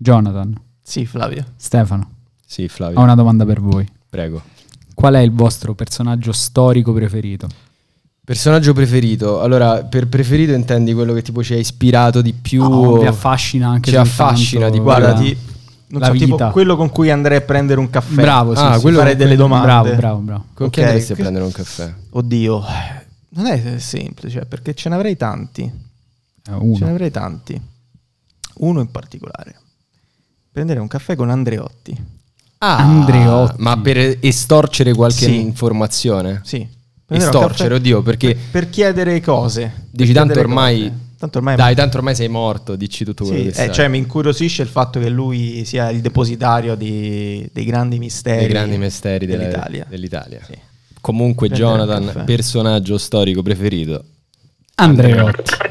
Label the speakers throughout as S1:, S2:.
S1: Jonathan,
S2: Sì, Flavio.
S1: Stefano,
S3: Sì, Flavio,
S1: ho una domanda per voi.
S3: prego.
S1: Qual è il vostro personaggio storico preferito?
S3: Personaggio preferito? Allora, per preferito intendi quello che tipo ci ha ispirato di più?
S1: Oh, vi affascina anche
S3: Ci
S1: soltanto
S3: affascina di
S2: Guarda,
S1: quella-
S3: guarda.
S2: ti- non
S1: La
S2: so,
S1: vita.
S2: tipo quello con cui andrei a prendere un caffè.
S1: Bravo, sì,
S3: Ah,
S1: sì,
S3: quello-
S1: sì.
S2: fare delle domande.
S1: Bravo, bravo, bravo.
S3: Con chi
S2: Ok,
S3: andresti a
S2: che-
S3: prendere un caffè?
S2: Oddio, non è semplice perché ce ne avrei tanti.
S1: Eh, uno.
S2: Ce ne avrei tanti. Uno in particolare. Prendere un caffè con Andreotti.
S3: Ah,
S1: Andreotti.
S3: Ma per estorcere qualche
S2: Sì.
S3: informazione?
S2: Sì. Prendere un
S3: Estorcere,
S2: caffè
S3: oddio, perché
S2: Per, per chiedere cose.
S3: dici
S2: Per
S3: tanto
S2: chiedere
S3: ormai...
S2: cose. Tanto ormai...
S3: Dai, tanto ormai sei morto, dici tutto quello
S2: Sì,
S3: che
S2: eh,
S3: sai.
S2: cioè mi incuriosisce il fatto che lui sia il depositario di- dei grandi misteri.
S3: dei grandi misteri della-
S2: eh, dell'Italia.
S3: dell'Italia.
S2: Sì.
S3: Comunque
S2: Prendere un
S3: Jonathan,
S2: caffè.
S3: personaggio storico preferito.
S1: Andreotti.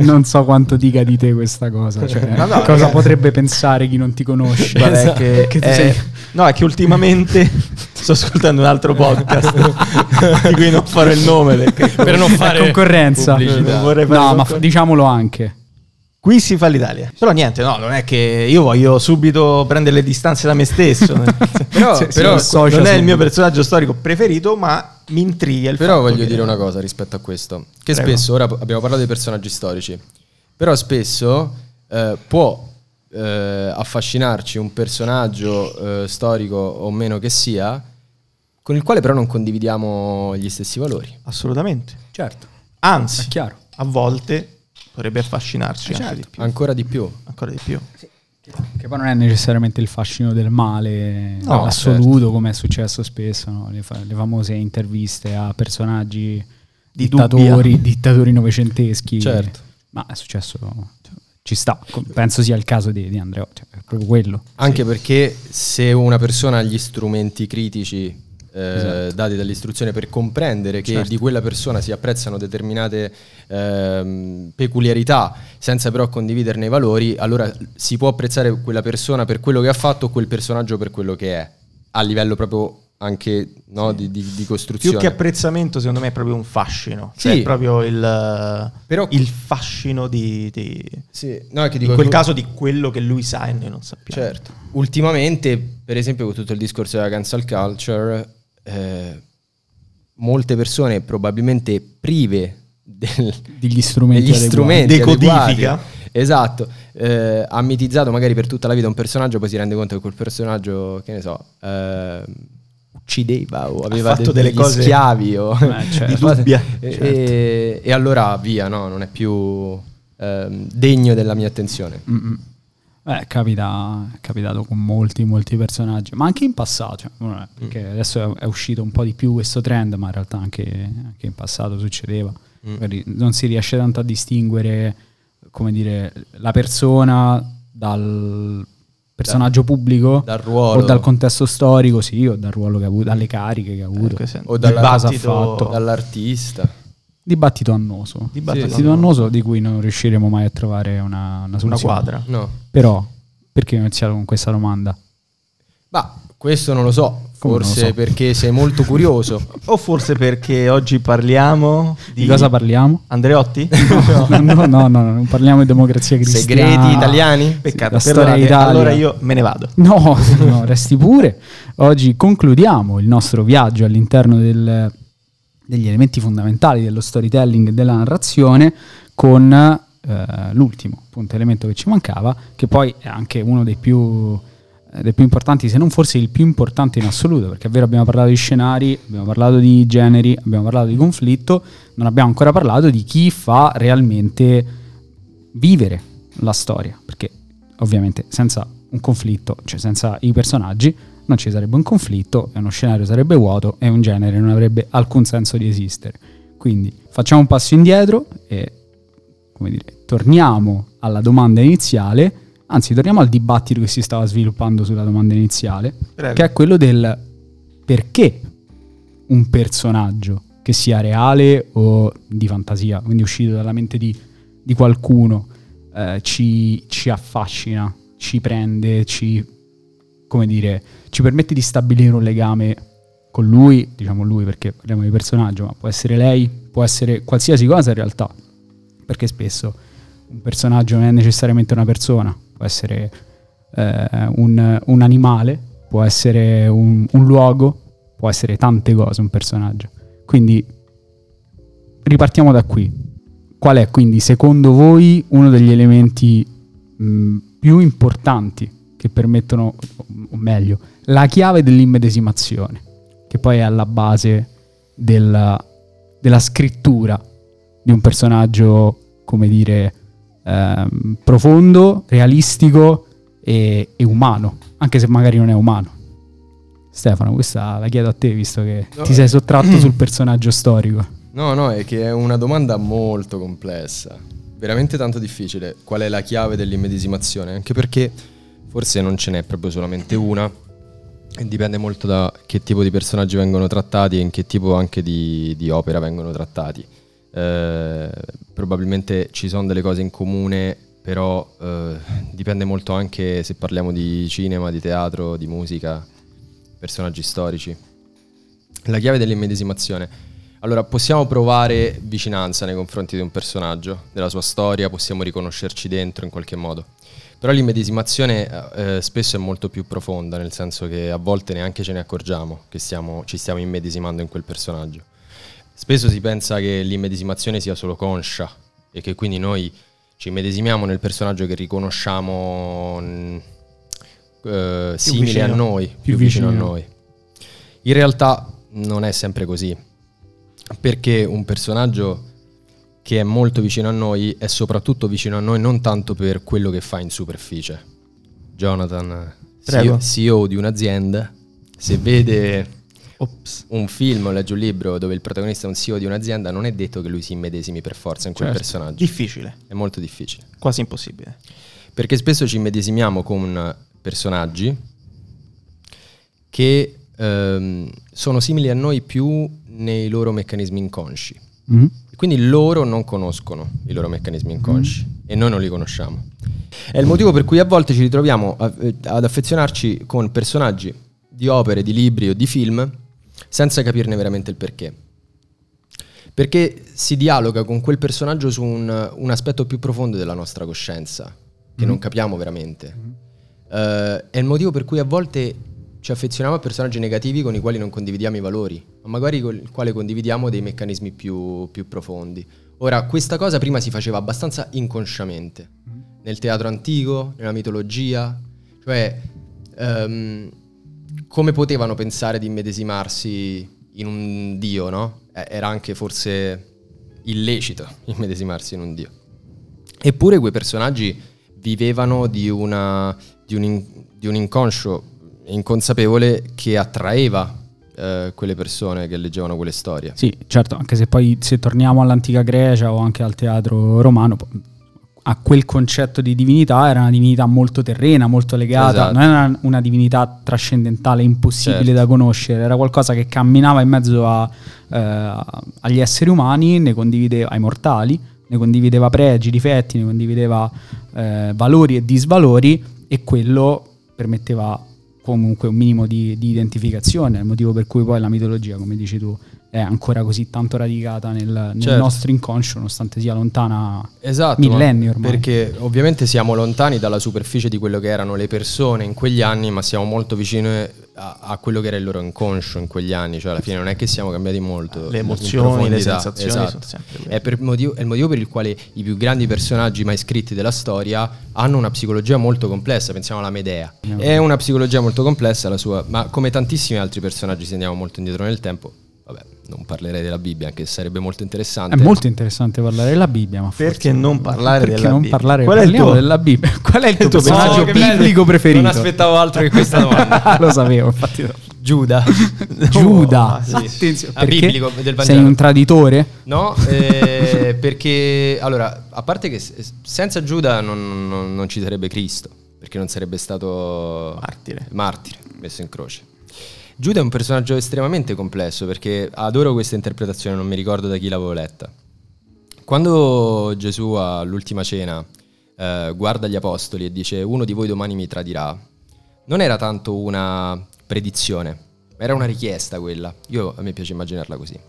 S1: non so quanto dica di te questa cosa. Cioè,
S2: Ma no,
S1: cosa
S2: ragazzi.
S1: potrebbe pensare chi non ti conosce?
S2: Guarda, è
S1: Esatto.
S2: che, eh,
S1: Che tu
S2: è-
S1: sei-
S2: No, è che ultimamente sto ascoltando un altro podcast di cui non farò il nome perché
S3: Per non
S1: è
S3: fare
S1: concorrenza.
S3: pubblicità.
S2: Non vorrei fare
S1: No, ma
S2: concorrenza.
S1: f- diciamolo anche.
S2: qui si fa l'Italia. Però niente, no, non è che io voglio subito prendere le distanze da me stesso.
S3: Però-
S1: Se- se
S3: però-
S1: lo
S2: non
S1: associa
S2: è il mio
S1: subito.
S2: personaggio storico preferito, ma mi intriga il
S3: Però
S2: fatto
S3: voglio
S2: che-
S3: dire una cosa rispetto a questo, che
S2: Prego.
S3: spesso, ora p- abbiamo parlato dei personaggi storici, però spesso eh, può eh, affascinarci un personaggio eh, storico o meno che sia, con il quale però non condividiamo gli stessi valori.
S2: Assolutamente.
S1: Certo, è
S2: Anzi,
S1: chiaro.
S2: a volte potrebbe affascinarci anche di più.
S3: Ancora di più.
S2: Ancora di più.
S1: Che poi non è necessariamente il fascino del male
S3: No, certo.
S1: assoluto, come è successo spesso, no? le, fa- le famose interviste a personaggi
S2: Di
S1: dittatori,
S2: dubbia.
S1: dittatori novecenteschi.
S3: Certo.
S1: Ma è successo, cioè, ci sta, Com- penso sia il caso di, di Andrea, cioè, è proprio quello.
S3: Anche perché se una persona ha gli strumenti critici eh,
S1: Esatto.
S3: dati dall'istruzione per comprendere che
S1: Certo.
S3: di quella persona si apprezzano determinate ehm, peculiarità senza però condividerne i valori, allora si può apprezzare quella persona per quello che ha fatto o quel personaggio per quello che è, a livello proprio anche no, di, di- di
S2: Più
S3: costruzione.
S2: che apprezzamento, secondo me è proprio un fascino. Cioè,
S3: Sì.
S2: è proprio il,
S3: Però-
S2: il fascino di, di-
S3: Sì, no, è che
S2: in
S3: dico-
S2: quel caso di quello che lui sa e noi non sappiamo.
S3: Certo. Ultimamente, per esempio, con tutto il discorso della cancel culture, eh, molte persone probabilmente prive del-
S1: Degli strumenti
S3: degli
S1: adeguati.
S3: strumenti
S2: Decodifica.
S3: adeguati, esatto, eh, ha mitizzato magari per tutta la vita un personaggio, poi si rende conto che quel personaggio, che ne so, ehm, uccideva o aveva
S2: fatto
S3: de-
S2: delle
S3: degli
S2: cose-
S3: schiavi o
S1: Eh, certo.
S2: Di dubbia.
S3: E,
S2: Certo.
S3: e- e allora via, no, non è più ehm, degno della mia attenzione.
S1: Mm, mm. Eh, capita, è capitato con molti, molti personaggi, ma anche in passato, cioè, non è- perché adesso è, è uscito un po' di più questo trend, ma in realtà anche, anche in passato succedeva. Magari Non si riesce tanto a distinguere, come dire, la persona dal personaggio pubblico
S3: Dal ruolo.
S1: o dal contesto storico, sì, o dal ruolo che ha avuto, dalle cariche che ha avuto.
S2: questo è-
S3: o
S1: dalla-
S3: dalla-
S1: cosa ha fatto.
S3: dall'artista.
S1: Dibattito annoso.
S2: Dibattito
S1: Dibattito annoso di cui non riusciremo mai a trovare una, una
S2: Una
S1: soluzione.
S2: quadra.
S3: No.
S1: Però, perché ho iniziato con questa domanda?
S3: Ma questo non lo so,
S1: Come non lo
S3: forse
S1: so?
S3: perché sei molto curioso.
S2: O forse perché oggi parliamo di,
S1: Di, cosa parliamo?
S2: Andreotti?
S1: No, no, no, no, non parliamo di democrazia cristiana.
S3: Segreti italiani?
S2: Peccato,
S1: la storia
S2: perdonate,
S1: d'Italia.
S2: allora io me ne vado.
S1: No, no, resti pure. Oggi concludiamo il nostro viaggio all'interno del- degli elementi fondamentali dello storytelling e della narrazione con eh, l'ultimo appunto, elemento che ci mancava, che poi è anche uno dei più, eh, dei più importanti, se non forse il più importante in assoluto, perché è vero abbiamo parlato di scenari, abbiamo parlato di generi, abbiamo parlato di conflitto, non abbiamo ancora parlato di chi fa realmente vivere la storia, perché ovviamente senza un conflitto, cioè senza i personaggi, non ci sarebbe un conflitto, e uno scenario sarebbe vuoto e un genere non avrebbe alcun senso di esistere. Quindi facciamo un passo indietro e come dire, torniamo alla domanda iniziale, anzi torniamo al dibattito che si stava sviluppando sulla domanda iniziale,
S2: Prego.
S1: che è quello del perché un personaggio che sia reale o di fantasia, quindi uscito dalla mente di, di qualcuno, eh, eh, ci, ci affascina, ci prende, ci, come dire, ci permette di stabilire un legame con lui, diciamo lui perché parliamo di personaggio, ma può essere lei, può essere qualsiasi cosa in realtà, perché spesso un personaggio non è necessariamente una persona, può essere eh, un, un animale, può essere un, un luogo, può essere tante cose un personaggio. Quindi ripartiamo da qui. Qual è quindi secondo voi uno degli elementi mh, più importanti che permettono, o meglio, la chiave dell'immedesimazione, che poi è alla base della, della scrittura di un personaggio, come dire, ehm, profondo, realistico e, e umano, anche se magari non è umano. Stefano, questa la chiedo a te, visto che
S3: No,
S1: ti sei sottratto sul personaggio storico.
S3: No, no, è che è una domanda molto complessa, veramente tanto difficile. Qual è la chiave dell'immedesimazione? Anche perché forse non ce n'è proprio solamente una. e Dipende molto da che tipo di personaggi vengono trattati e in che tipo anche di, di opera vengono trattati. Eh, probabilmente ci sono delle cose in comune, però eh, dipende molto anche se parliamo di cinema, di teatro, di musica, personaggi storici. La chiave dell'immedesimazione. Allora, possiamo provare vicinanza nei confronti di un personaggio, della sua storia, possiamo riconoscerci dentro in qualche modo. Però l'immedesimazione eh, spesso è molto più profonda, nel senso che a volte neanche ce ne accorgiamo che stiamo- ci stiamo immedesimando in quel personaggio. Spesso si pensa che l'immedesimazione sia solo conscia e che quindi noi ci immedesimiamo nel personaggio che riconosciamo mh, eh, simile a
S2: vicino.
S3: noi, più,
S1: Più
S3: vicino a
S1: vicino.
S3: noi. In realtà non è sempre così, perché un personaggio che è molto vicino a noi è soprattutto vicino a noi non tanto per quello che fa in superficie. Jonathan,
S2: Prego.
S3: CEO, CEO di un'azienda, se vede
S2: Ops.
S3: un film o legge un libro dove il protagonista è un CEO di un'azienda, non è detto che lui si immedesimi per forza in quel
S1: Certo.
S3: personaggio.
S2: Difficile,
S3: È molto difficile.
S2: quasi impossibile.
S3: Perché spesso ci immedesimiamo con eh, personaggi che ehm, sono simili a noi più nei loro meccanismi inconsci.
S1: Mhm.
S3: E Quindi loro non conoscono i loro meccanismi inconsci e noi non li conosciamo. È il motivo per cui a volte ci ritroviamo a- eh, ad affezionarci con personaggi di opere, di libri o di film senza capirne veramente il perché. Perché si dialoga con quel personaggio su un, un aspetto più profondo della nostra coscienza, che non capiamo veramente. Eh, è il motivo per cui a volte ci affezioniamo a personaggi negativi con i quali non condividiamo i valori, ma magari con il quale condividiamo dei meccanismi più, più profondi. Ora, questa cosa prima si faceva abbastanza inconsciamente, nel teatro antico, nella mitologia, cioè ehm, come potevano pensare di immedesimarsi in un dio, no? Eh, Era anche forse illecito immedesimarsi in un dio. Eppure quei personaggi vivevano di, una- di un, in- di un inconscio inconsapevole che attraeva eh, quelle persone che leggevano quelle storie.
S1: Sì, certo, anche se poi se torniamo all'antica Grecia o anche al teatro romano, po- a quel concetto di divinità era una divinità molto terrena, molto legata,
S3: Esatto.
S1: non era una- una divinità trascendentale, impossibile
S3: Certo.
S1: da conoscere, era qualcosa che camminava in mezzo a, eh, agli esseri umani, ne condivideva, ai mortali, ne condivideva pregi, difetti, ne condivideva eh, valori e disvalori e quello permetteva comunque un minimo di, di identificazione, il motivo per cui poi la mitologia, come dici tu, è ancora così tanto radicata nel, nel
S3: Certo.
S1: nostro inconscio, nonostante sia lontana.
S3: Esatto,
S1: Millenni
S3: ma-
S1: ormai.
S3: Perché ovviamente siamo lontani dalla superficie di quello che erano le persone in quegli anni, ma siamo molto vicini a, a quello che era il loro inconscio in quegli anni. Cioè, alla fine non è che siamo cambiati molto.
S2: Le
S3: in
S2: emozioni, le
S3: profondità.
S2: sensazioni
S3: Esatto.
S2: sono sempre quelle.
S3: È, per motivo- è il motivo per il quale i più grandi personaggi mai scritti della storia hanno una psicologia molto complessa. Pensiamo alla Medea.
S1: Mm.
S3: È una psicologia molto complessa la sua, ma come tantissimi altri personaggi, se andiamo molto indietro nel tempo, vabbè, non parlerei della Bibbia, anche se sarebbe molto
S1: È
S3: interessante.
S1: molto interessante parlare della Bibbia, ma forse-
S2: Perché non parlare
S1: perché
S2: della
S1: non
S2: Bibbia?
S1: parlare
S2: Qual è il
S1: parliamo
S2: tuo-
S1: della Bibbia? Qual è il tuo
S2: tuo
S1: personaggio
S2: personaggio
S3: che bello.
S1: biblico preferito?
S3: Non aspettavo altro che questa domanda.
S1: Lo sapevo, infatti. no.
S3: Giuda.
S1: Giuda,
S2: ah, sì.
S1: attenzione,
S3: Ah,
S1: perché
S3: biblico, del
S1: sei
S3: Vangelo.
S1: un traditore?
S3: No, eh, perché allora, a parte che s- senza Giuda non, non- non ci sarebbe Cristo, perché non sarebbe stato
S2: Martire.
S3: martire, messo in croce. Giuda è un personaggio estremamente complesso perché adoro questa interpretazione, non mi ricordo da chi l'avevo letta. Quando Gesù all'ultima cena eh, guarda gli apostoli e dice uno di voi domani mi tradirà, non era tanto una predizione, era una richiesta quella. Io a me piace immaginarla così.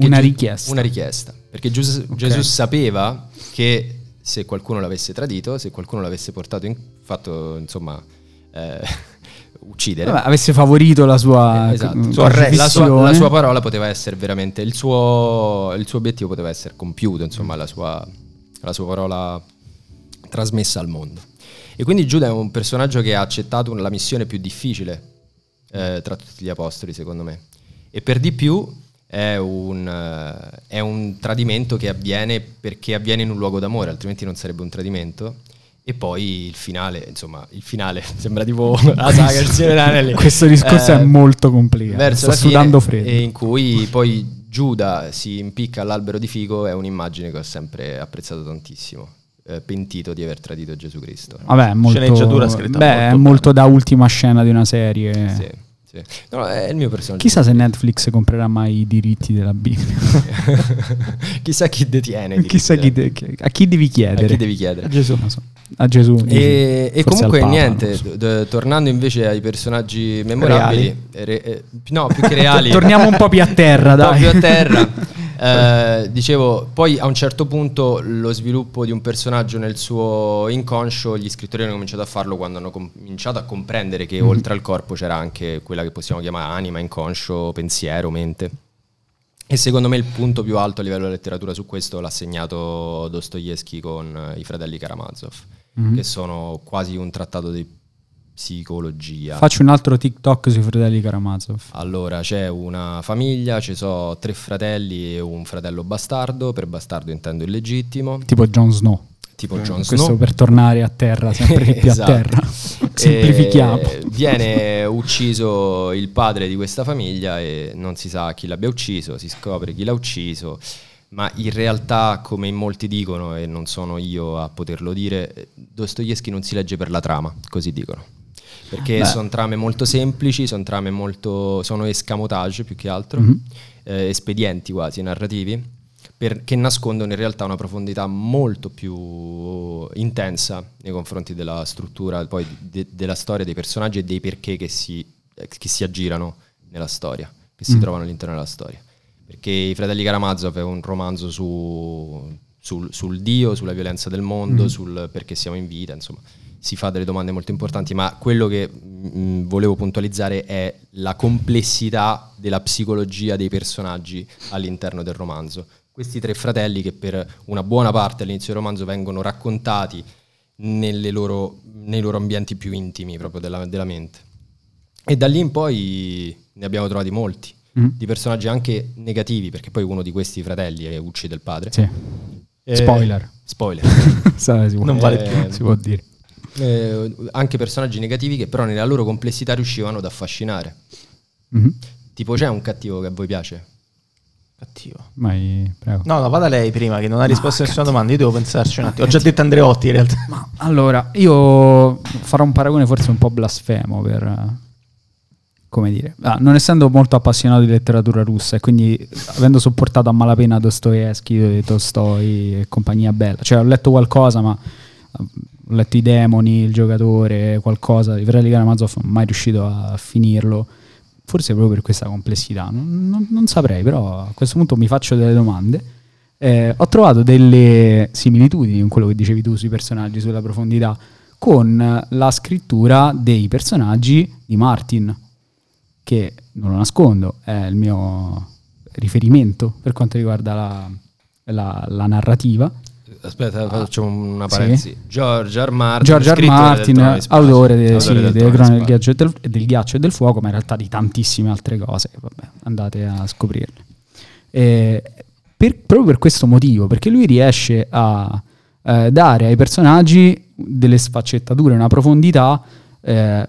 S1: Una richiesta.
S3: Una richiesta. Perché Gius- Gesù sapeva che se qualcuno l'avesse tradito, se qualcuno l'avesse portato in fatto, insomma, eh, uccidere.
S1: Vabbè, avesse favorito la sua
S3: Eh, esatto.
S1: mm,
S3: Sua re- la, sua,
S1: crocifissione.
S3: la sua parola poteva essere veramente il suo, il suo obiettivo poteva essere compiuto insomma la sua, la sua parola trasmessa al mondo e quindi Giuda è un personaggio che ha accettato un- la missione più difficile eh, tra tutti gli apostoli secondo me e per di più è un, eh, è un tradimento che avviene perché avviene in un luogo d'amore altrimenti non sarebbe un tradimento e poi il finale, insomma, il finale sembra tipo la saga del Signore degli Anelli. Eh,
S1: Questo discorso è molto complicato,
S3: verso
S1: sto
S3: la fine,
S1: sudando freddo.
S3: E in cui poi Giuda si impicca all'albero di figo è un'immagine che ho sempre apprezzato tantissimo, eh, pentito di aver tradito Gesù Cristo.
S1: Vabbè, è molto,
S2: Sceneggiatura scritta
S1: beh,
S2: molto
S1: è molto da ultima scena di una serie.
S3: Sì, sì. No, è il mio personaggio.
S1: Chissà se Netflix comprerà mai i diritti della Bibbia.
S3: Chissà chi detiene. di
S1: Chissà chi
S3: Cristo.
S1: de- chi- a chi devi chiedere.
S3: A chi devi chiedere.
S1: Gesù. A Gesù.
S3: E,
S1: Gesù.
S3: e
S1: Forse
S3: comunque
S1: al Papa, non
S3: niente,
S1: lo so.
S3: d- tornando invece ai personaggi memorabili, re- eh, no, più che reali.
S1: Torniamo un po' più a terra, dai.
S3: Proprio a terra. Eh, dicevo, poi a un certo punto lo sviluppo di un personaggio nel suo inconscio, gli scrittori hanno cominciato a farlo quando hanno cominciato a comprendere
S1: Mhm.
S3: che oltre al corpo c'era anche quella che possiamo chiamare anima, inconscio, pensiero, mente. E secondo me il punto più alto a livello di letteratura su questo l'ha segnato Dostoevsky con eh, i fratelli Karamazov,
S1: Mhm.
S3: che sono quasi un trattato di psicologia.
S1: Faccio un altro TikTok sui fratelli Karamazov.
S3: Allora c'è una famiglia, ci sono tre fratelli e un fratello bastardo, per bastardo intendo illegittimo,
S1: Tipo Jon Snow.
S3: tipo Jon
S1: Eh, Questo
S3: Snow.
S1: per tornare a terra, sempre più
S3: Esatto.
S1: a terra. Semplifichiamo.
S3: E Viene ucciso il padre di questa famiglia e non si sa chi l'abbia ucciso, si scopre chi l'ha ucciso, ma in realtà, come in molti dicono, e non sono io a poterlo dire, Dostoevsky non si legge per la trama, così dicono. Perché
S1: Beh.
S3: sono trame molto semplici, sono trame molto. sono escamotage più che altro,
S1: Mhm.
S3: eh, espedienti quasi, narrativi. per- che nascondono in realtà una profondità molto più intensa nei confronti della struttura, poi de- della storia dei personaggi e dei perché che si, eh, che si aggirano nella storia, che si
S1: Mm.
S3: trovano all'interno della storia. Perché I Fratelli Karamazov è un romanzo su- sul, sul Dio, sulla violenza del mondo,
S1: Mm.
S3: sul perché siamo in vita, insomma, si fa delle domande molto importanti, ma quello che mm, volevo puntualizzare è la complessità della psicologia dei personaggi all'interno del romanzo. Questi tre fratelli che per una buona parte all'inizio del romanzo vengono raccontati nelle loro- nei loro ambienti più intimi proprio della, della mente. E da lì in poi ne abbiamo trovati molti,
S1: Mm.
S3: di personaggi anche negativi, perché poi uno di questi fratelli è uccide il padre.
S1: Sì.
S3: Eh,
S1: Spoiler.
S3: Spoiler.
S1: Sa, si può-
S2: Non vale
S1: eh,
S3: più.
S1: Si può dire.
S3: Eh, anche personaggi negativi che però nella loro complessità riuscivano ad affascinare.
S1: Mhm.
S3: Tipo c'è un cattivo che a voi piace?
S2: Cattivo.
S1: Vai, prego.
S2: No, no, vada lei prima che non ha risposto a nessuna domanda. Io devo pensarci un attimo. Ho già detto Andreotti in realtà.
S1: Ma allora, io farò un paragone forse un po' blasfemo per... eh, Come dire, ah, non essendo molto appassionato di letteratura russa e quindi avendo sopportato a malapena Dostoevsky, Tolstoi e compagnia bella, cioè ho letto qualcosa ma eh, ho letto i demoni, il giocatore, qualcosa, i fratelli Karamazov non sono mai riuscito a finirlo, forse proprio per questa complessità, non, non- non saprei, però a questo punto mi faccio delle domande. Eh, ho trovato delle similitudini in quello che dicevi tu sui personaggi, sulla profondità, con la scrittura dei personaggi di Martin, che non lo nascondo, è il mio riferimento per quanto riguarda la, la- la narrativa.
S3: Aspetta, faccio una
S1: sì.
S3: parentesi. George R. Martin,
S1: George R.
S3: scrittore del
S1: Martin,
S3: Trono di Spade.
S1: autore, de-
S3: Autore
S1: sì,
S3: del
S1: delle
S3: Trono di
S1: Cronache del
S3: Spade.
S1: ghiaccio e del, del ghiaccio e del fuoco, ma in realtà di tantissime altre cose. che, Vabbè, andate a scoprirle. Eh, per- proprio per questo motivo, perché lui riesce a eh, dare ai personaggi delle sfaccettature, una profondità eh,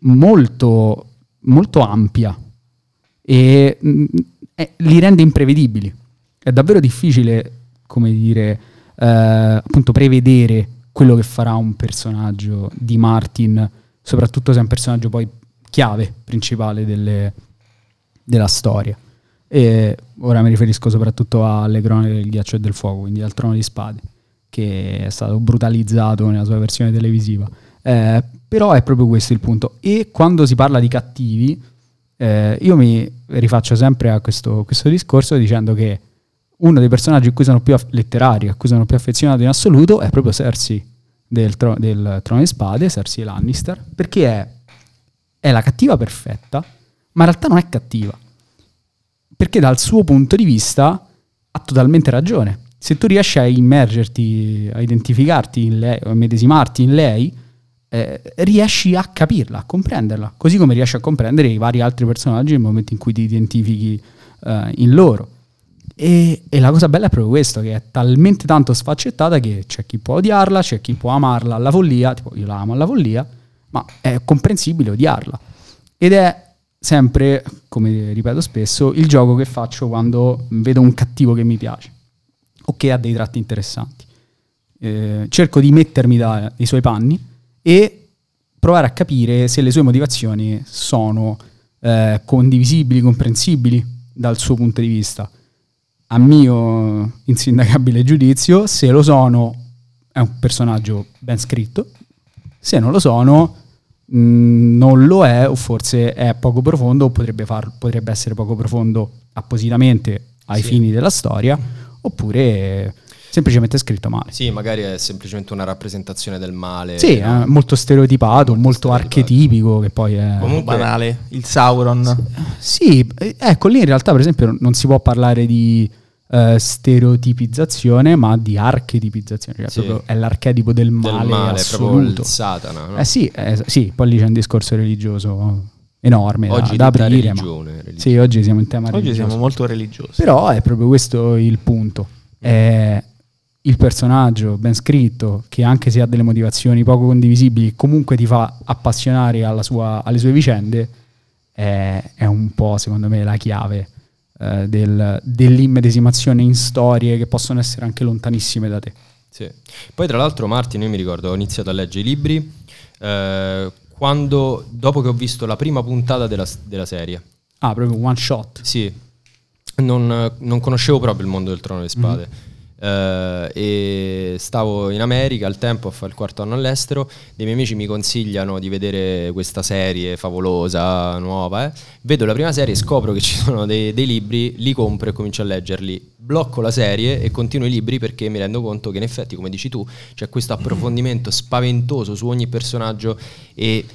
S1: molto, molto ampia e mh, eh, li rende imprevedibili. È davvero difficile, come dire, eh, appunto prevedere quello che farà un personaggio di Martin, soprattutto se è un personaggio poi chiave principale delle- della storia. E ora mi riferisco soprattutto alle cronache del ghiaccio e del fuoco, quindi al trono di spade, che che è stato brutalizzato nella sua versione televisiva. Eh, però è proprio questo il punto. E quando si parla di cattivi, eh, io mi rifaccio sempre a questo, questo discorso dicendo che uno dei personaggi a cui sono più aff- letterari, a cui sono più affezionato in assoluto, è proprio Cersei del, tro- del Trono di Spade, Cersei Lannister, perché è, è la cattiva perfetta, ma in realtà non è cattiva. Perché dal suo punto di vista ha totalmente ragione. Se tu riesci a immergerti, a identificarti in lei, a medesimarti in lei, eh, riesci a capirla, a comprenderla, così come riesci a comprendere i vari altri personaggi nel momento in cui ti identifichi eh, in loro. E, e la cosa bella è proprio questo, che è talmente tanto sfaccettata che c'è chi può odiarla, c'è chi può amarla alla follia, tipo io la amo alla follia, ma è comprensibile odiarla. Ed è sempre, come ripeto spesso, il gioco che faccio quando vedo un cattivo che mi piace o che ha dei tratti interessanti. Eh, cerco di mettermi da- dai suoi panni e provare a capire se le sue motivazioni sono eh, condivisibili, comprensibili dal suo punto di vista. A mio insindacabile giudizio, se lo sono, è un personaggio ben scritto, se non lo sono, mh, non lo è, o forse è poco profondo, o potrebbe, far- potrebbe essere poco profondo appositamente ai
S3: Sì.
S1: fini della storia, oppure eh, semplicemente è scritto male.
S3: Sì, magari è semplicemente una rappresentazione del male.
S1: Sì,
S3: no?
S1: eh, molto stereotipato, molto,
S3: stereotipato.
S1: archetipico, che poi è...
S3: Comunque-
S2: banale, il Sauron.
S1: Eh, Sì, eh, ecco, lì in realtà per esempio non si può parlare di eh, stereotipizzazione, ma di archetipizzazione, cioè
S3: Sì.
S1: proprio è l'archetipo del
S3: del
S1: male,
S3: male, proprio
S1: assoluto.
S3: il satana. no?
S1: Eh sì, eh, sì, poi lì c'è un discorso religioso enorme
S3: Oggi
S1: da, da
S3: tutta
S1: aprire. ma-
S3: religione, religione.
S1: Sì, oggi siamo in tema
S2: Oggi
S1: religioso.
S2: siamo molto religiosi.
S1: Però è proprio questo il punto.
S3: Mm.
S1: È il personaggio ben scritto, che anche se ha delle motivazioni poco condivisibili, comunque ti fa appassionare alla sua- alle sue vicende, è, è un po', secondo me, la chiave eh, del- dell'immedesimazione in storie che possono essere anche lontanissime da te.
S3: Sì. Poi tra l'altro Martin, io mi ricordo, ho iniziato a leggere i libri eh, quando, dopo che ho visto la prima puntata della, della serie.
S1: Ah, proprio un one shot.
S3: Sì, non, non conoscevo proprio il mondo del Trono di Spade. Eh, e stavo in America al tempo a fare il quarto anno all'estero. Dei miei amici mi consigliano di vedere questa serie favolosa, nuova. eh. Vedo la prima serie, scopro che ci sono dei, dei libri, li compro e comincio a leggerli. Blocco la serie e continuo i libri perché mi rendo conto che, in effetti, come dici tu, c'è questo approfondimento spaventoso su ogni personaggio e eh,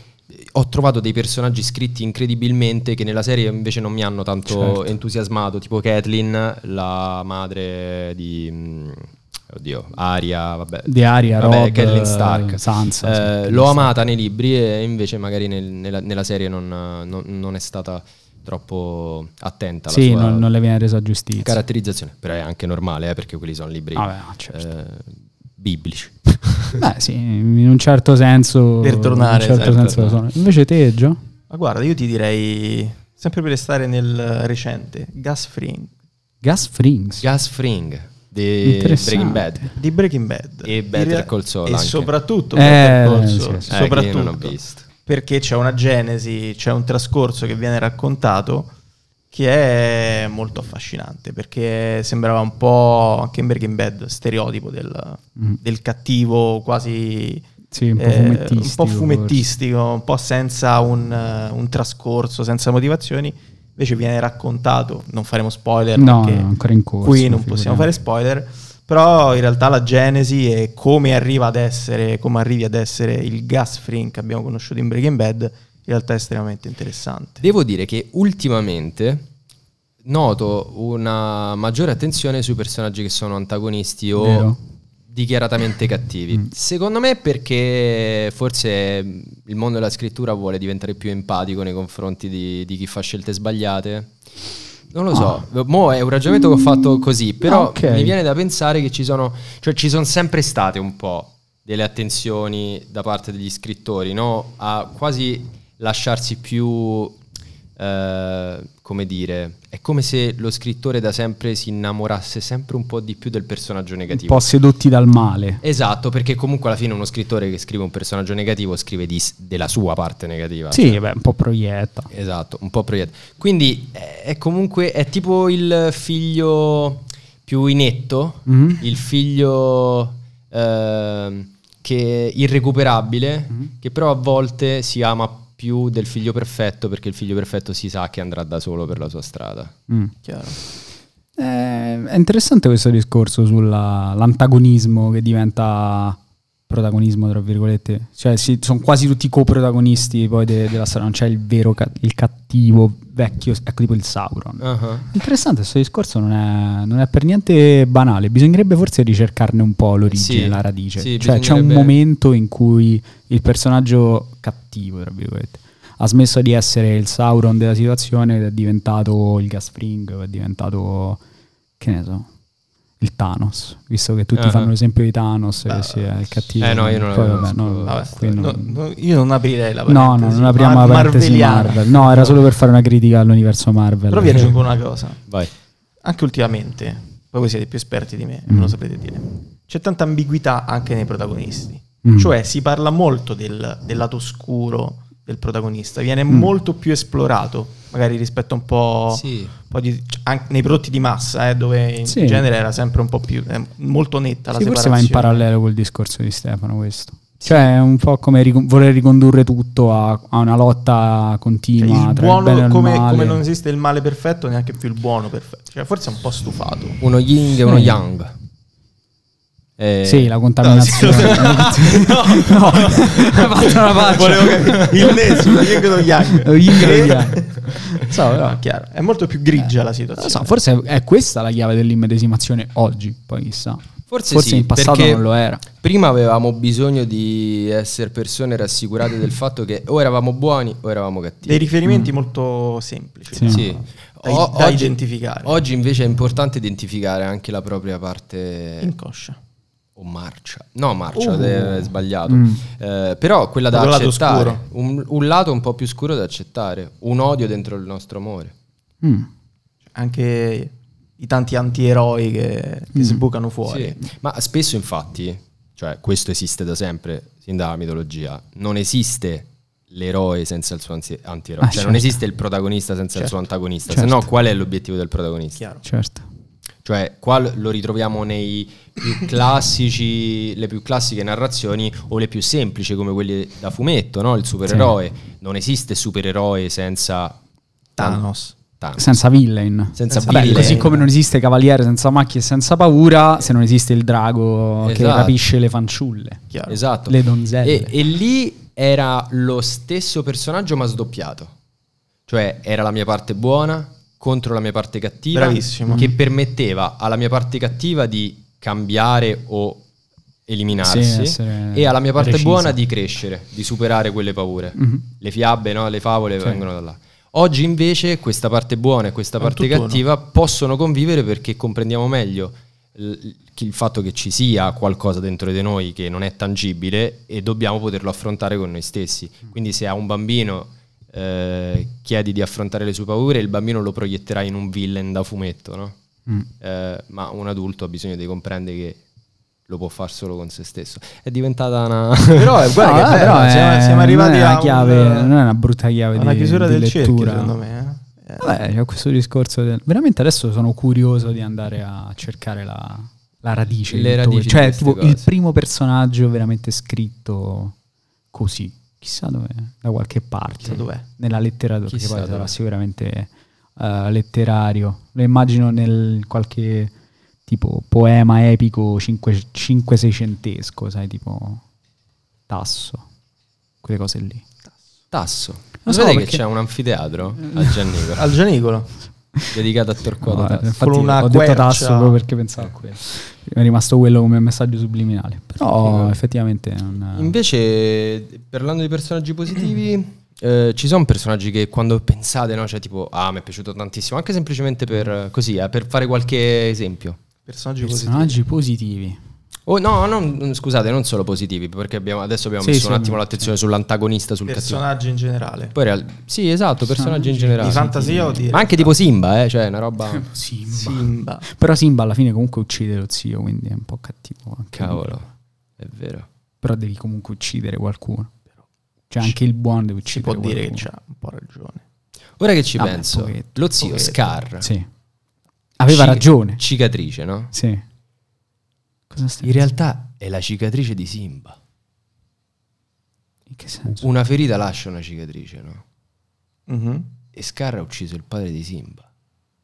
S3: ho trovato dei personaggi scritti incredibilmente che nella serie invece non mi hanno tanto
S1: Certo.
S3: entusiasmato, tipo Kathleen, la madre di... mm, Oddio, Aria, vabbè.
S1: Di Aria,
S3: Vabbè,
S1: Rob,
S3: Catelyn Stark.
S1: eh, Sansa, sì,
S3: Eh,
S1: Catelyn
S3: l'ho
S1: Stark.
S3: amata nei libri e invece magari nel- nella, nella serie non, non- non è stata troppo attenta alla
S1: sì,
S3: sua
S1: non, non le viene resa giustizia.
S3: caratterizzazione. Però è anche normale, eh, perché quelli sono libri
S1: Vabbè, ah, certo.
S3: eh, biblici.
S1: Beh, sì, in un certo senso...
S2: Per tornare, esatto.
S1: in un certo
S2: per
S1: senso lo
S3: tornare.
S1: sono. Invece te, Gio?
S2: Ma guarda, io ti direi, sempre per restare nel recente, Gas Fring
S1: Gas Frings.
S3: Gas Fring di
S1: Interessante.
S3: Breaking Bad. Eh,
S2: di Breaking Bad
S3: E
S2: In
S3: Better
S2: rea-
S3: Call Saul
S2: E
S3: anche.
S2: soprattutto
S1: Eh,
S2: Better Call Saul,
S1: sì,
S3: Eh, che io non ho
S2: soprattutto
S3: visto.
S2: perché c'è una genesi, c'è un trascorso che viene raccontato che è molto affascinante perché sembrava un po' anche in Breaking Bad stereotipo del,
S1: Mm.
S2: del cattivo quasi
S1: Sì, un po'
S2: eh,
S1: fumettistico.
S2: un po' fumettistico, un po' senza un, eh, un trascorso, senza motivazioni. Invece viene raccontato, non faremo spoiler
S1: No,
S2: perché
S1: no, ancora in corso,
S2: qui non possiamo
S1: figuriamoci.
S2: fare spoiler, però in realtà la genesi e come arriva ad essere, come arrivi ad essere il gas free che abbiamo conosciuto in Breaking Bad, in realtà è estremamente interessante.
S3: Esatto. Devo dire che ultimamente noto una maggiore attenzione sui personaggi che sono antagonisti o
S1: Vero.
S3: dichiaratamente cattivi.
S1: Mm.
S3: Secondo me perché forse mh, il mondo della scrittura vuole diventare più empatico nei confronti di, di chi fa scelte sbagliate. Non lo so, mo è un ragionamento che ho fatto così, però
S1: Ah, ok.
S3: mi viene da pensare che ci sono, cioè ci sono sempre state un po' delle attenzioni da parte degli scrittori, no? A quasi lasciarsi più, eh, come dire, è come se lo scrittore da sempre si innamorasse sempre un po' di più del personaggio
S1: Un
S3: negativo.
S1: po' sedotti dal male.
S3: Esatto, perché comunque alla fine uno scrittore che scrive un personaggio negativo scrive di s- della sua parte negativa.
S1: Sì, beh, un po' proietta.
S3: Esatto, un po' proiettato. Quindi eh, è comunque è tipo il figlio più inetto,
S1: Mhm.
S3: il figlio eh, ehm, che irrecuperabile,
S1: Mhm.
S3: che però a volte si ama più del figlio perfetto perché il figlio perfetto si sa che andrà da solo per la sua strada.
S1: Mm.
S2: Chiaro.
S1: Eh, è interessante questo discorso sull'antagonismo che diventa protagonismo, tra virgolette. Cioè, si- sono quasi tutti coprotagonisti poi de- della storia, non c'è il vero, ca- il cattivo vecchio, ecco tipo il Sauron. Interessante questo discorso, non è, non è per niente banale. Bisognerebbe forse ricercarne un po' l'origine,
S3: Sì,
S1: la radice.
S3: sì,
S1: cioè, c'è un
S3: bisognerebbe-
S1: momento in cui il personaggio cattivo, tra virgolette, ha smesso di essere il Sauron della situazione ed è diventato il Gasfring, o è diventato, che ne so, il Thanos. Visto che tutti
S3: Ah.
S1: fanno l'esempio di Thanos, che
S2: Beh,
S1: si è il cattivo.
S3: eh, no, io non
S1: Poi,
S3: la
S1: vabbè, Ah,
S3: conosco.
S1: no,
S2: Vabbè,
S1: qui
S2: no,
S1: non-
S2: no, io non aprirei la
S1: No,
S2: parentesi.
S1: no, non apriamo la
S2: Mar-
S1: parentesi
S2: marveliana.
S1: Marvel. No, era solo per fare una critica all'universo Marvel.
S2: Però vi aggiungo una cosa.
S3: Vai.
S2: Anche ultimamente, poi voi siete più esperti di me, me lo
S1: Mm.
S2: saprete dire. C'è tanta ambiguità anche nei protagonisti.
S1: Mm.
S2: Cioè si parla molto del, del lato oscuro del protagonista, viene
S1: Mm.
S2: molto più esplorato, magari rispetto a un
S1: Oh.
S2: po'...
S3: Sì.
S2: un po' di- cioè, anche nei prodotti di massa, eh, dove in
S1: Sì.
S2: genere era sempre un po' più eh, molto netta la
S1: Sì, forse
S2: separazione.
S1: va in parallelo col discorso di Stefano questo. Cioè è un po' come ricon- voler ricondurre tutto a, a una lotta
S2: Cioè,
S1: continua
S2: il
S1: tra il bene e il
S2: buono, come,
S1: male.
S2: come non esiste il male perfetto, neanche più il buono perfetto. Cioè, forse è un po' stufato.
S3: Uno Ying e uno
S1: Sì.
S3: Yang. Eh,
S1: Sì, la
S2: No, sì,
S1: contaminazione.
S2: no.
S1: No, hai fatto una faccia.
S2: Volevo capire. Il nessuno, yin e lo yang.
S1: Lo yin e lo yang. So,
S2: No,
S1: però-
S2: chiaro. È molto più grigia la
S1: Non
S2: situazione.
S1: lo so, forse è questa la chiave dell'immedesimazione oggi, poi chissà.
S3: Forse,
S1: Forse
S3: sì,
S1: in passato
S3: perché
S1: non lo era.
S3: Prima avevamo bisogno di essere persone rassicurate del fatto che o eravamo buoni o eravamo cattivi.
S2: Dei riferimenti molto semplici.
S1: Mm. Sì.
S2: no?
S3: Sì.
S2: Da,
S3: O-
S2: da identificare.
S3: Oggi invece è importante identificare anche la propria parte
S2: Incoscia.
S3: o marcia. No, marcia,
S2: Uh.
S3: è sbagliato.
S1: Mm.
S3: Eh, però quella da
S2: Quello lato
S3: accettare.
S2: scuro.
S3: Un, un lato un po' più scuro da accettare. Un odio dentro il nostro amore.
S1: Mm.
S2: Anche i tanti antieroi che, che sbucano fuori.
S3: Sì. Ma spesso infatti, cioè questo esiste da sempre, sin dalla mitologia, non esiste l'eroe senza il suo anzi- antieroe.
S1: Ah,
S3: cioè non
S1: certo.
S3: esiste il protagonista senza il
S2: Certo.
S3: suo antagonista.
S1: Certo.
S3: Se no qual è l'obiettivo del protagonista?
S2: Chiaro.
S1: Certo.
S3: Cioè, qua l- lo ritroviamo nei più classici, le più classiche narrazioni o le più semplici come quelle da fumetto, no? Il supereroe. Non esiste supereroe senza
S2: Thanos.
S3: Thanos.
S1: Senza villain.
S3: Senza
S1: Vabbè,
S3: villain.
S1: Così come non esiste cavaliere senza macchie e senza paura, se non esiste il drago che
S3: Esatto.
S1: rapisce le fanciulle.
S2: Chiaro.
S3: Esatto.
S1: Le donzelle.
S3: E, e lì era lo stesso personaggio ma sdoppiato. Cioè era la mia parte buona contro la mia parte cattiva.
S2: Bravissimo.
S3: Che permetteva alla mia parte cattiva di cambiare o
S1: Sì,
S3: eliminarsi.
S1: essere
S3: e alla mia parte
S1: precisa.
S3: buona di crescere, di superare quelle paure.
S1: Mhm.
S3: Le fiabe, no? le favole
S1: Sì.
S3: vengono da là. Oggi invece questa parte buona e questa
S2: È un
S3: parte
S2: tutt'uno.
S3: cattiva possono convivere perché comprendiamo meglio l- che il fatto che ci sia qualcosa dentro di noi che non è tangibile e dobbiamo poterlo affrontare con noi stessi.
S2: Mm.
S3: Quindi se a un bambino eh, chiedi di affrontare le sue paure, il bambino lo proietterà in un villain da fumetto, no?
S1: Mm.
S3: Eh, ma un adulto ha bisogno di comprendere che lo può far solo con se stesso. È diventata una...
S2: Però, eh,
S1: No,
S2: guarda che
S1: eh,
S2: bello,
S1: però
S2: siamo,
S1: è-
S2: siamo arrivati
S1: non è
S2: a
S1: una chiave,
S2: un-
S1: non è una brutta chiave
S2: a una
S1: di-
S2: chiusura
S1: di
S2: del cerchio,
S1: lettura.
S2: secondo me. eh. Eh,
S1: Vabbè, c'è questo discorso. del- Veramente adesso sono curioso di andare a cercare la, la radice. di
S3: Le
S1: tutto questo.
S3: radici di
S1: Cioè,
S3: queste
S1: tipo il
S3: cose.
S1: primo personaggio veramente scritto così. Chissà dove, da qualche parte.
S2: Chissà dov'è.
S1: nella letteratura, che
S3: Chissà
S1: poi sarà
S3: dove.
S1: sicuramente eh, letterario. Lo immagino nel qualche tipo poema epico 5-600esco, sai, tipo Tasso, quelle cose lì.
S3: Tasso.
S1: Lo so
S3: Sapete che
S1: perché-
S3: c'è un anfiteatro a Giannico
S2: Al Gianicolo.
S3: dedicato a Torquato
S1: No, eh,
S3: Tasso.
S1: infatti
S2: Con una
S1: ho detto
S2: quercia.
S1: Tasso proprio perché pensavo a quello. È rimasto quello come messaggio subliminale. Però
S3: Sì,
S1: effettivamente eh, non...
S3: Invece, parlando di personaggi positivi, eh, ci sono personaggi che quando pensate, no, cioè tipo, ah, mi è piaciuto tantissimo, anche semplicemente per così, eh, per fare qualche esempio.
S2: Personaggi positivi.
S1: personaggi positivi.
S3: Oh, no, no, non- scusate, non solo positivi, perché abbiamo- adesso abbiamo
S1: Sì,
S3: messo
S1: sì,
S3: un attimo
S1: sì.
S3: l'attenzione sull'antagonista, sul cattivo.
S2: Personaggi in generale.
S3: Poi, in real- sì, esatto, personaggi in
S2: Di
S3: generale.
S2: fantasia o di...
S3: Ma anche tipo Simba, eh, cioè una roba...
S1: Simba.
S2: Simba.
S1: Però Simba alla fine comunque uccide lo zio, quindi è un po' cattivo. Anche lui.
S3: Cavolo, è vero.
S1: Però devi comunque uccidere qualcuno. Cioè anche il buono deve
S2: Si
S1: uccidere
S2: può dire che
S1: qualcuno.
S2: c'ha un po' ragione.
S3: Ora che ci
S1: Vabbè,
S3: penso,
S1: pochetto,
S3: lo zio
S2: pochetto.
S3: Scar
S1: Sì. Aveva
S3: cic-
S1: ragione.
S3: Cicatrice, no?
S1: Sì. Cosa stai
S3: In realtà è la cicatrice di Simba.
S1: In che senso?
S3: Una ferita lascia una cicatrice, no?
S2: Mhm.
S3: E Scar ha ucciso il padre di Simba.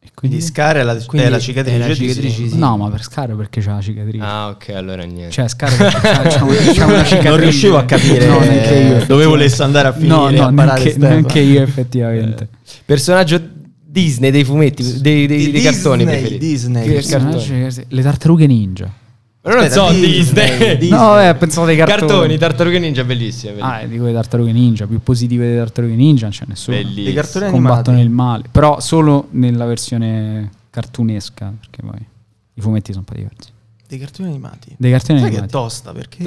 S1: E quindi-
S2: Quindi Scar è la, è
S3: Quindi
S2: la cicatrice,
S3: è la cicatrice
S2: di
S3: di
S1: No, ma per Scar perché c'è la cicatrice.
S3: Ah, ok, allora niente.
S1: Cioè, Scar c'ha, c'ha una, c'ha una cicatrice.
S2: Non riuscivo a capire eh,
S1: No, neanche io.
S2: dove volesse andare a finire.
S1: No, no,
S2: a parare
S1: neanche,
S2: Stefano.
S1: neanche io effettivamente.
S3: Personaggio Disney dei fumetti, dei, dei- dei
S2: Disney,
S3: cartoni preferiti.
S2: Disney.
S3: Che
S1: Personaggio-
S3: cartoni?
S1: Le tartarughe ninja.
S3: Ma non
S2: Aspetta,
S3: so,
S2: Disney,
S3: Disney.
S2: Disney.
S1: No, vabbè, pensavo dei cartoni.
S3: Cartoni, Tartarughe Ninja, bellissime. bellissime.
S1: Ah, dico le tartarughe ninja, più positive delle tartarughe ninja non c'è nessuno.
S3: Bellissime.
S2: Dei cartoni animati.
S1: Combattono il male, però solo nella versione cartunesca, perché poi i fumetti sono un po' diversi.
S2: Dei cartoni animati.
S1: Dei cartoni
S2: Sai che è
S1: animati.
S2: tosta
S3: eh,
S2: perché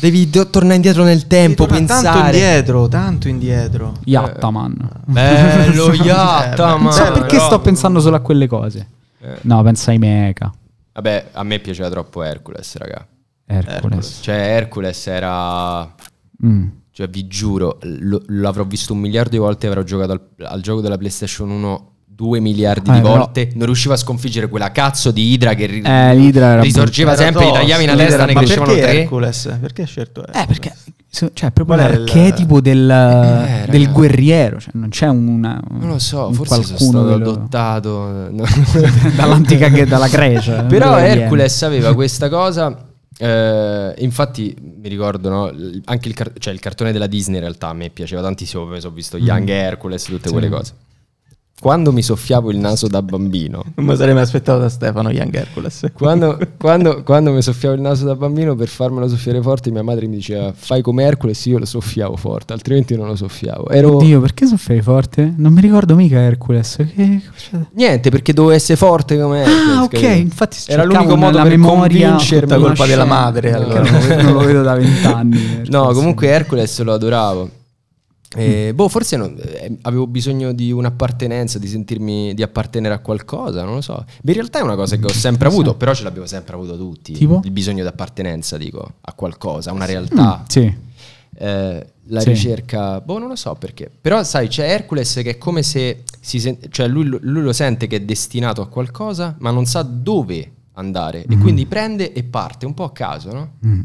S3: Devi do- tornare indietro nel tempo,
S2: Ritorna tanto
S3: pensare.
S2: indietro, tanto indietro.
S3: eh,
S1: Yattaman.
S3: Bello,
S2: Eh,
S3: Yatta,
S1: Non
S3: ma...
S1: so
S2: bello,
S1: perché
S2: però-
S1: sto pensando solo a quelle cose.
S3: Eh.
S1: No, pensa ai mecha.
S3: Vabbè, a me piaceva troppo Hercules, raga.
S1: Hercules.
S3: Cioè, Hercules era...
S1: Mm.
S3: Cioè, vi giuro, lo- l'avrò visto un miliardo di volte, avrò giocato al, al gioco della PlayStation 1 due miliardi
S1: Eh,
S3: di
S1: però-
S3: volte, non riuscivo a sconfiggere quella cazzo di Idra che ri-
S1: Eh, l'idra era
S3: risorgeva
S2: Era
S3: sempre, gli
S2: tosta,
S3: tagliavi una
S2: era-
S3: testa, ne
S2: ma
S3: crescevano
S2: perché
S3: tre.
S2: Hercules? Perché hai scelto Hercules?
S1: Eh, perché so- cioè, è proprio
S2: Qual è il-
S1: l'archetipo del,
S3: Eh,
S1: del
S3: raga.
S1: guerriero. Cioè, non c'è una,
S3: Non lo so,
S1: un
S3: forse
S1: qualcuno
S3: sono stato
S1: che lo-
S3: adottato no.
S1: Dall'antica Gre- dalla Grecia.
S3: Però
S1: Eh, Dove viene?
S3: Hercules aveva questa cosa. eh, infatti mi ricordo no, l- anche il, car- cioè, il cartone della Disney in realtà a me piaceva tantissimo perché ho visto Young Hercules tutte
S1: Mm. Sì.
S3: quelle cose quando mi soffiavo il naso da bambino
S2: Non me sarei mai aspettato da Stefano Young Hercules.
S3: quando, quando- quando mi soffiavo il naso da bambino per farmelo soffiare forte mia madre mi diceva fai come Hercules io lo soffiavo forte altrimenti non lo soffiavo ero
S1: Oddio, perché soffrivi forte? Non mi ricordo mica Hercules. Che...
S3: niente perché dovevo essere forte come Hercules
S1: Ah, ok,
S3: capito?
S1: infatti
S3: era
S1: cercavo
S3: l'unico modo
S1: nella
S3: per
S1: memoria
S3: convincermi
S1: tutta
S2: colpa
S3: una
S2: della
S3: scena.
S2: madre,
S3: No.
S2: allora.
S1: non lo vedo da vent'anni. eh,
S3: No, comunque Hercules lo adoravo. Eh,
S1: Mm.
S3: boh, forse non- eh, avevo bisogno di un'appartenenza, di sentirmi di appartenere a qualcosa, non lo so. In realtà è una cosa che ho sempre avuto, però ce l'abbiamo sempre avuto tutti.
S1: Tipo?
S3: Il bisogno di appartenenza, dico, a qualcosa, a una realtà.
S1: Mm, sì. Mm.
S3: Eh, la
S1: Sì.
S3: ricerca, boh, non lo so perché. Però, sai, c'è Hercules che è come se si sen- cioè lui, lo- lui lo sente che è destinato a qualcosa, ma non sa dove andare. E quindi prende e parte un po' a caso, no?
S1: Mm.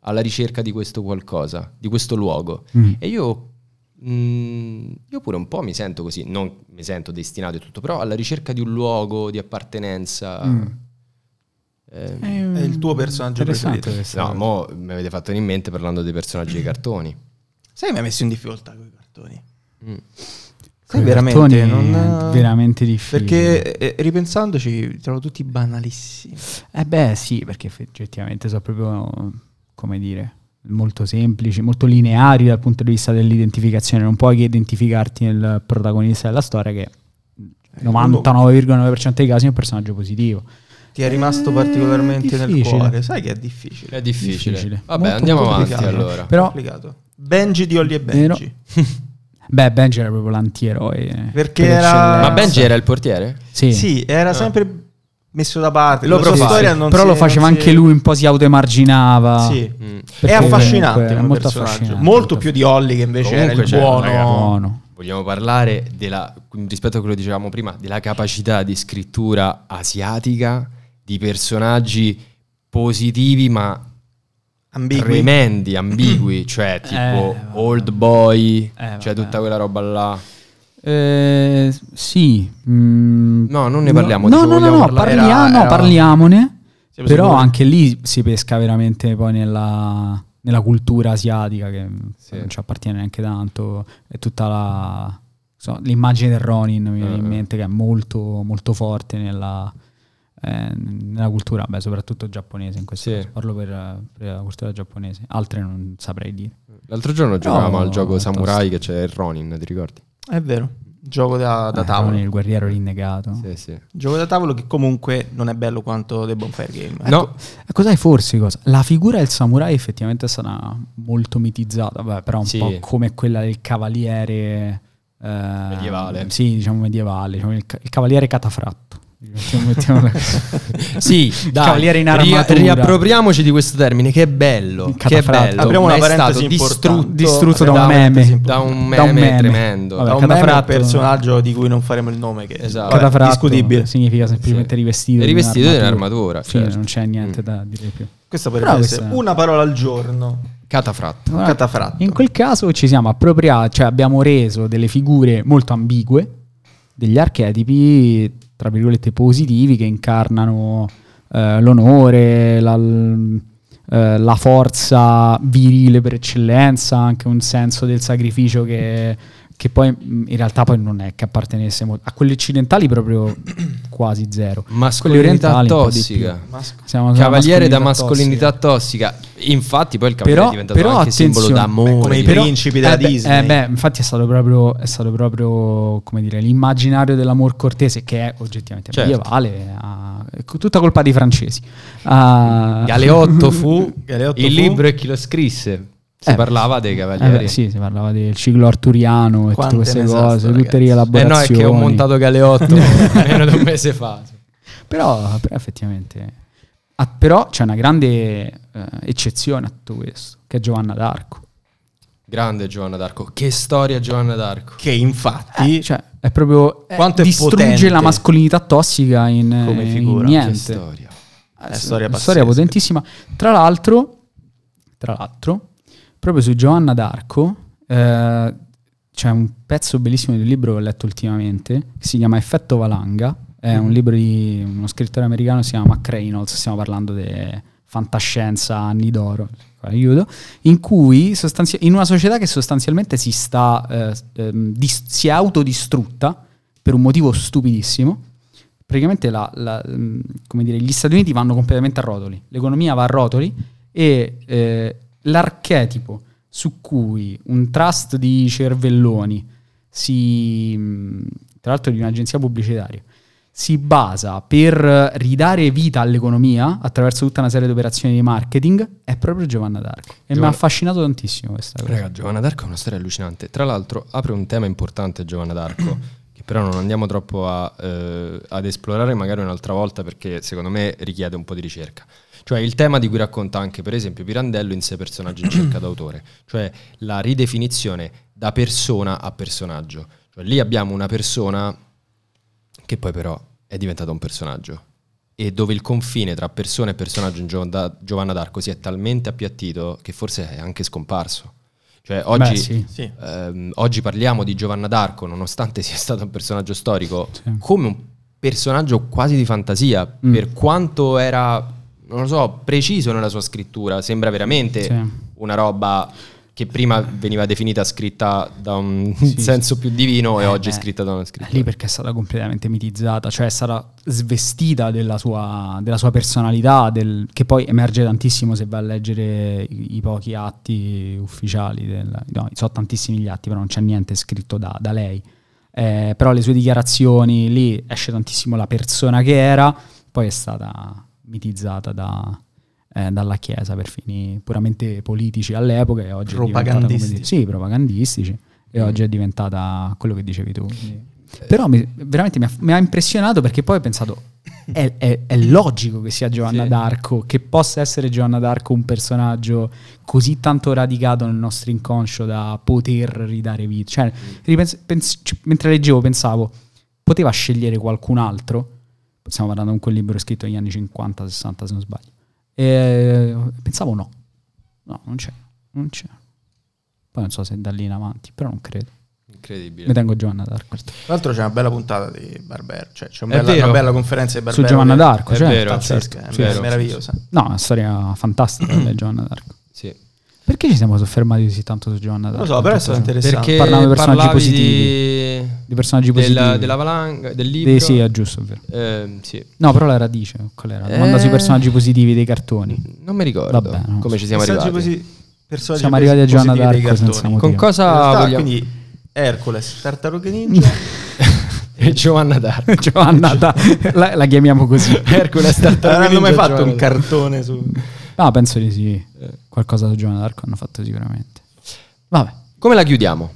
S3: alla ricerca di questo qualcosa, di questo luogo.
S1: Mm.
S3: E io, mm, io pure un po' mi sento così, non mi sento destinato e tutto, però alla ricerca di un luogo, di appartenenza.
S1: Mm.
S3: Eh,
S2: È il tuo personaggio
S1: Interessante
S2: preferito.
S1: questo.
S3: no, mo mi avete fatto venire in mente parlando dei personaggi dei cartoni.
S2: Sai che mi ha messo in difficoltà con i cartoni?
S3: Mm.
S2: Sai
S1: Coi
S2: veramente,
S1: cartoni
S2: non...
S1: è veramente difficile.
S2: Perché eh, ripensandoci trovo tutti banalissimi.
S1: Eh beh, sì, perché effettivamente sono proprio, come dire, molto semplici, molto lineari dal punto di vista dell'identificazione. Non puoi che identificarti nel protagonista della storia
S2: Eh,
S1: che nel 99,9% dei casi è un personaggio positivo.
S2: Ti è rimasto
S1: Eh,
S2: particolarmente nel
S1: difficile.
S2: cuore. Sai che è difficile.
S3: È difficile.
S1: Difficile.
S3: Vabbè,
S1: Molto
S3: andiamo avanti
S2: complicato.
S3: allora.
S1: Però-
S2: Complicato. Benji di Olli e
S1: Vero.
S2: Benji.
S1: Beh, Benji era proprio l'antieroe.
S2: Perché
S1: per
S2: era-
S1: eccellenza.
S3: Ma Benji era il portiere?
S1: Sì.
S2: Sì,
S3: Ah.
S2: era sempre messo da parte.
S3: Lo
S2: La sua
S3: profile.
S2: storia non
S1: Però
S2: si-
S1: lo faceva
S2: non si-
S1: anche lui, un po' si autoemarginava.
S2: Sì.
S3: Mm.
S2: È
S1: Perché
S2: affascinante
S1: comunque
S2: come
S1: è molto
S2: personaggio.
S1: affascinante.
S2: Molto più di Olli che invece
S3: Comunque
S2: era il
S3: c'era,
S2: buono.
S3: raga,
S1: Buono.
S3: Vogliamo parlare della, rispetto a quello che dicevamo prima, della capacità di scrittura asiatica di personaggi positivi ma
S2: Ambigui.
S3: tremendi, ambigui, cioè tipo
S1: Eh, vabbè.
S3: Old Boy,
S1: Eh,
S3: cioè
S1: vabbè.
S3: tutta quella roba là.
S1: Eh, sì. mm,
S3: No, non ne parliamo,
S1: No,
S3: dicevo,
S1: no, no,
S3: vogliamo
S1: no,
S3: parlare-
S1: parlia-
S2: Era-
S1: no,
S2: era-
S1: parliamone.
S2: Siamo
S1: però
S2: sicuri?
S1: anche lì si pesca veramente poi nella, nella cultura asiatica che
S3: Sì.
S1: non ci appartiene neanche tanto. È tutta la, so, l'immagine del Ronin mi viene in
S3: Eh.
S1: mente che è molto, molto forte nella, eh, nella cultura, beh, soprattutto giapponese in questo
S3: Sì.
S1: caso. Parlo per, per la cultura giapponese, altre non saprei dire.
S3: L'altro giorno giocavamo al gioco
S1: è
S3: Samurai che c'è il Ronin, ti ricordi?
S2: È vero. Gioco da, da
S1: Eh,
S2: tavolo.
S1: Ronin, il guerriero rinnegato.
S3: Sì, sì.
S1: Ecco.
S2: Gioco da tavolo che comunque non è bello quanto The Bonfire Game. Ecco,
S3: No,
S1: Eh, Cos'hai forse cosa? La figura del samurai effettivamente sarà molto mitizzata, beh, però un
S3: Sì.
S1: po' come quella del cavaliere eh,
S3: Medievale.
S1: Sì, diciamo medievale, diciamo il, ca- il cavaliere catafratto. Diciamo, Mettiamo- mettiamola così.
S3: sì, dai,
S1: Cavaliere in
S3: ria-
S1: armatura.
S3: riappropriamoci di questo termine che è bello, che è
S1: Catafratto.
S3: bello.
S2: Apriamo una
S3: ma è stato
S2: parentesi
S3: distrutto,
S2: importante.
S1: Distrutto da un
S3: una-
S1: meme.
S3: da un meme,
S1: Da un meme.
S3: tremendo.
S1: Vabbè,
S2: Da un
S1: Catafratto-
S2: meme un personaggio di cui non faremo il nome che
S3: Esatto.
S2: vabbè,
S1: Catafratto
S2: discutibile.
S1: significa semplicemente
S3: Sì.
S1: rivestito.
S3: Rivestito di
S1: di
S3: un'armatura,
S1: Sì,
S3: certo.
S1: non c'è niente
S3: Mm.
S1: da dire di più.
S2: Questa potrebbe
S1: Però
S2: essere
S1: questa-
S2: una parola al giorno.
S3: Catafratta.
S1: Guarda,
S2: Catafratto.
S1: In quel caso ci siamo appropriati, cioè abbiamo reso delle figure molto ambigue, degli archetipi, tra virgolette, positivi che incarnano eh, l'onore, la, l- eh, la forza virile per eccellenza, anche un senso del sacrificio che, che poi mh, in realtà poi non è che appartenesse molto. A quelli occidentali proprio quasi zero.
S3: Mascolinità
S1: orientali un po' di
S3: tossica.
S2: Masco-
S1: Siamo sulla
S3: Cavaliere da
S1: tossica.
S3: mascolinità tossica. Infatti, poi il cavaliere
S1: Però-
S3: è diventato
S1: però
S3: anche simbolo
S1: attenzione,
S3: d'amore.
S2: come i
S3: di-
S1: Però-
S2: principi della
S1: eh beh,
S2: Disney.
S1: eh beh, infatti è stato proprio, è stato proprio come dire, l'immaginario dell'amor cortese che è oggettivamente
S3: Certo.
S1: medievale, ah, è cu- tutta colpa dei francesi. Ah,
S3: Galeotto fu
S2: Galeotto
S3: il
S2: fu-
S3: libro e chi lo scrisse. Si
S1: Eh,
S3: parlava dei
S1: eh
S3: cavalieri.
S1: beh, sì, si parlava del ciclo arturiano e
S2: Quante
S1: tutte queste
S2: ne sa, sto
S1: cose, tutte
S2: ragazzo.
S3: Eh no,
S1: rielaborazioni.
S3: è che ho montato Galeotto meno di un mese fa.
S1: Però, però effettivamente... ah, però c'è una grande eh, eccezione a tutto questo, che è Giovanna d'Arco.
S3: Grande Giovanna d'Arco. Che storia Giovanna d'Arco.
S2: Che infatti
S1: Cioè, è proprio... eh,
S2: Quanto è
S1: distrugge
S2: potente.
S1: la mascolinità tossica in, eh,
S2: Come
S1: in
S2: figura, che
S1: niente.
S3: Che storia.
S2: è
S1: una
S2: storia pazzesca.
S1: Eh, storia potentissima. Tra l'altro, tra l'altro, proprio su Giovanna d'Arco eh, c'è un pezzo bellissimo di un libro che ho letto ultimamente, che si chiama Effetto Valanga, è
S2: Mm.
S1: un libro di uno scrittore americano, si chiama Mac Reynolds, stiamo parlando di fantascienza, anni d'oro, qua aiuto, in cui sostanzia- in una società che sostanzialmente si sta, eh, ehm, dis- si è autodistrutta per un motivo stupidissimo, praticamente la- la, mm, come dire, gli Stati Uniti vanno completamente a rotoli, l'economia va a rotoli e eh, l'archetipo su cui un trust di cervelloni, si, mm, tra l'altro di un'agenzia pubblicitaria, si basa per eh, ridare vita all'economia attraverso tutta una serie di operazioni di marketing è proprio Giovanna d'Arco. E mi ha
S3: Giovanna-
S1: affascinato tantissimo questa cosa.
S3: Raga, Giovanna d'Arco è una storia allucinante. Tra l'altro, apre un tema importante Giovanna d'Arco, che però non andiamo troppo a, eh, ad esplorare magari un'altra volta perché secondo me richiede un po' di ricerca. Cioè il tema di cui racconta anche per esempio Pirandello in sé personaggi in cerca d'autore, cioè la ridefinizione da persona a personaggio. Cioè lì abbiamo una persona che poi però è diventata un personaggio e dove il confine tra persona e personaggio in Giovan- da- Giovanna d'Arco si è talmente appiattito che forse è anche scomparso. Cioè oggi,
S1: Beh, sì.
S2: sì.
S3: ehm, oggi parliamo di Giovanna d'Arco, nonostante sia stato un personaggio storico,
S1: Sì.
S3: come un personaggio quasi di fantasia,
S1: Mm.
S3: per quanto era, non lo so, preciso nella sua scrittura, sembra veramente
S1: Sì.
S3: una roba che prima veniva definita scritta da un
S1: Sì,
S3: senso più divino e
S1: Eh,
S3: oggi è
S1: beh,
S3: scritta da uno
S1: è
S3: scrittore.
S1: Lì perché è stata completamente mitizzata, cioè è stata svestita della sua, della sua personalità, del- che poi emerge tantissimo se vai a leggere i, i pochi atti ufficiali. del- no, so tantissimi gli atti, però non c'è niente scritto da, da lei. Eh, però le sue dichiarazioni lì esce tantissimo la persona che era, poi è stata mitizzata da- eh, dalla Chiesa per fini puramente politici all'epoca e oggi è diventata, come dire-
S2: Propagandistici.
S1: sì, propagandistici e
S3: Mm.
S1: oggi è diventata quello che dicevi tu. quindi. Però mi- veramente mi ha, mi ha impressionato perché poi ho pensato, è, è- è logico che sia Giovanna
S3: Sì.
S1: d'Arco, che possa essere Giovanna d'Arco un personaggio così tanto radicato nel nostro inconscio da poter ridare vita. Cioè, ripens- pens- c- mentre leggevo pensavo, poteva scegliere qualcun altro? Stiamo parlando con un libro scritto negli anni 50-60 se non sbaglio. E pensavo no, no, non c'è, non c'è. Poi non so se da lì in avanti, però non credo.
S3: Incredibile.
S1: Mi tengo Giovanna d'Arco.
S2: Tra l'altro c'è una bella puntata di Barbero, cioè c'è un
S3: È
S2: bella- una
S3: vero.
S2: bella conferenza di
S1: Su
S2: Barbero.
S1: Giovanna
S2: che-
S1: d'Arco,
S3: è
S1: certo.
S3: vero.
S2: Pazzesca,
S3: certo.
S2: è
S3: Sì,
S2: mer-
S3: sì,
S2: meravigliosa.
S1: No, è una storia fantastica quella di Giovanna d'Arco.
S3: Sì.
S1: Perché ci siamo soffermati così tanto su Giovanna
S2: Non
S1: d'Arco?
S2: lo so, però è stato
S1: Tutto
S2: interessante.
S3: Perché
S1: Parlavo di personaggi
S3: parlavi
S1: positivi.
S3: di-
S1: Di personaggi
S3: del-
S1: positivi.
S3: della valanga, del
S1: Eh,
S3: libro.
S1: sì, è giusto, è vero.
S3: Ehm, sì.
S1: No, però la radice, qual era? La domanda
S3: Eh.
S1: sui personaggi positivi dei cartoni.
S3: Non mi ricordo
S1: Vabbè, no.
S3: come ci siamo
S2: Personaggi
S3: arrivati.
S2: posi- personaggi
S1: Siamo arrivati a Giovanna
S2: positivi dei
S1: d'Arco senza
S2: cartoni.
S1: motivo.
S3: Con cosa
S2: In realtà,
S3: vogliamo...
S2: quindi Hercules, Tartarughe Ninja,
S3: E Eh, Giovanna d'Arco.
S1: Giovanna d'Arco, la, la chiamiamo così.
S3: Hercules
S2: non
S3: Tartarughe
S2: hanno mai
S3: Ninja,
S2: fatto un
S3: Giovanna
S2: cartone su...
S1: No, penso di sì. Qualcosa su Giovanna d'Arco hanno fatto sicuramente. Vabbè.
S3: d'Arco. Come la chiudiamo?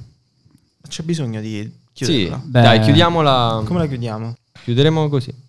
S2: C'è bisogno di
S3: Sì,
S2: chiuderla.
S1: Beh.
S3: dai, chiudiamola.
S2: Come la chiudiamo?
S3: Chiuderemo così.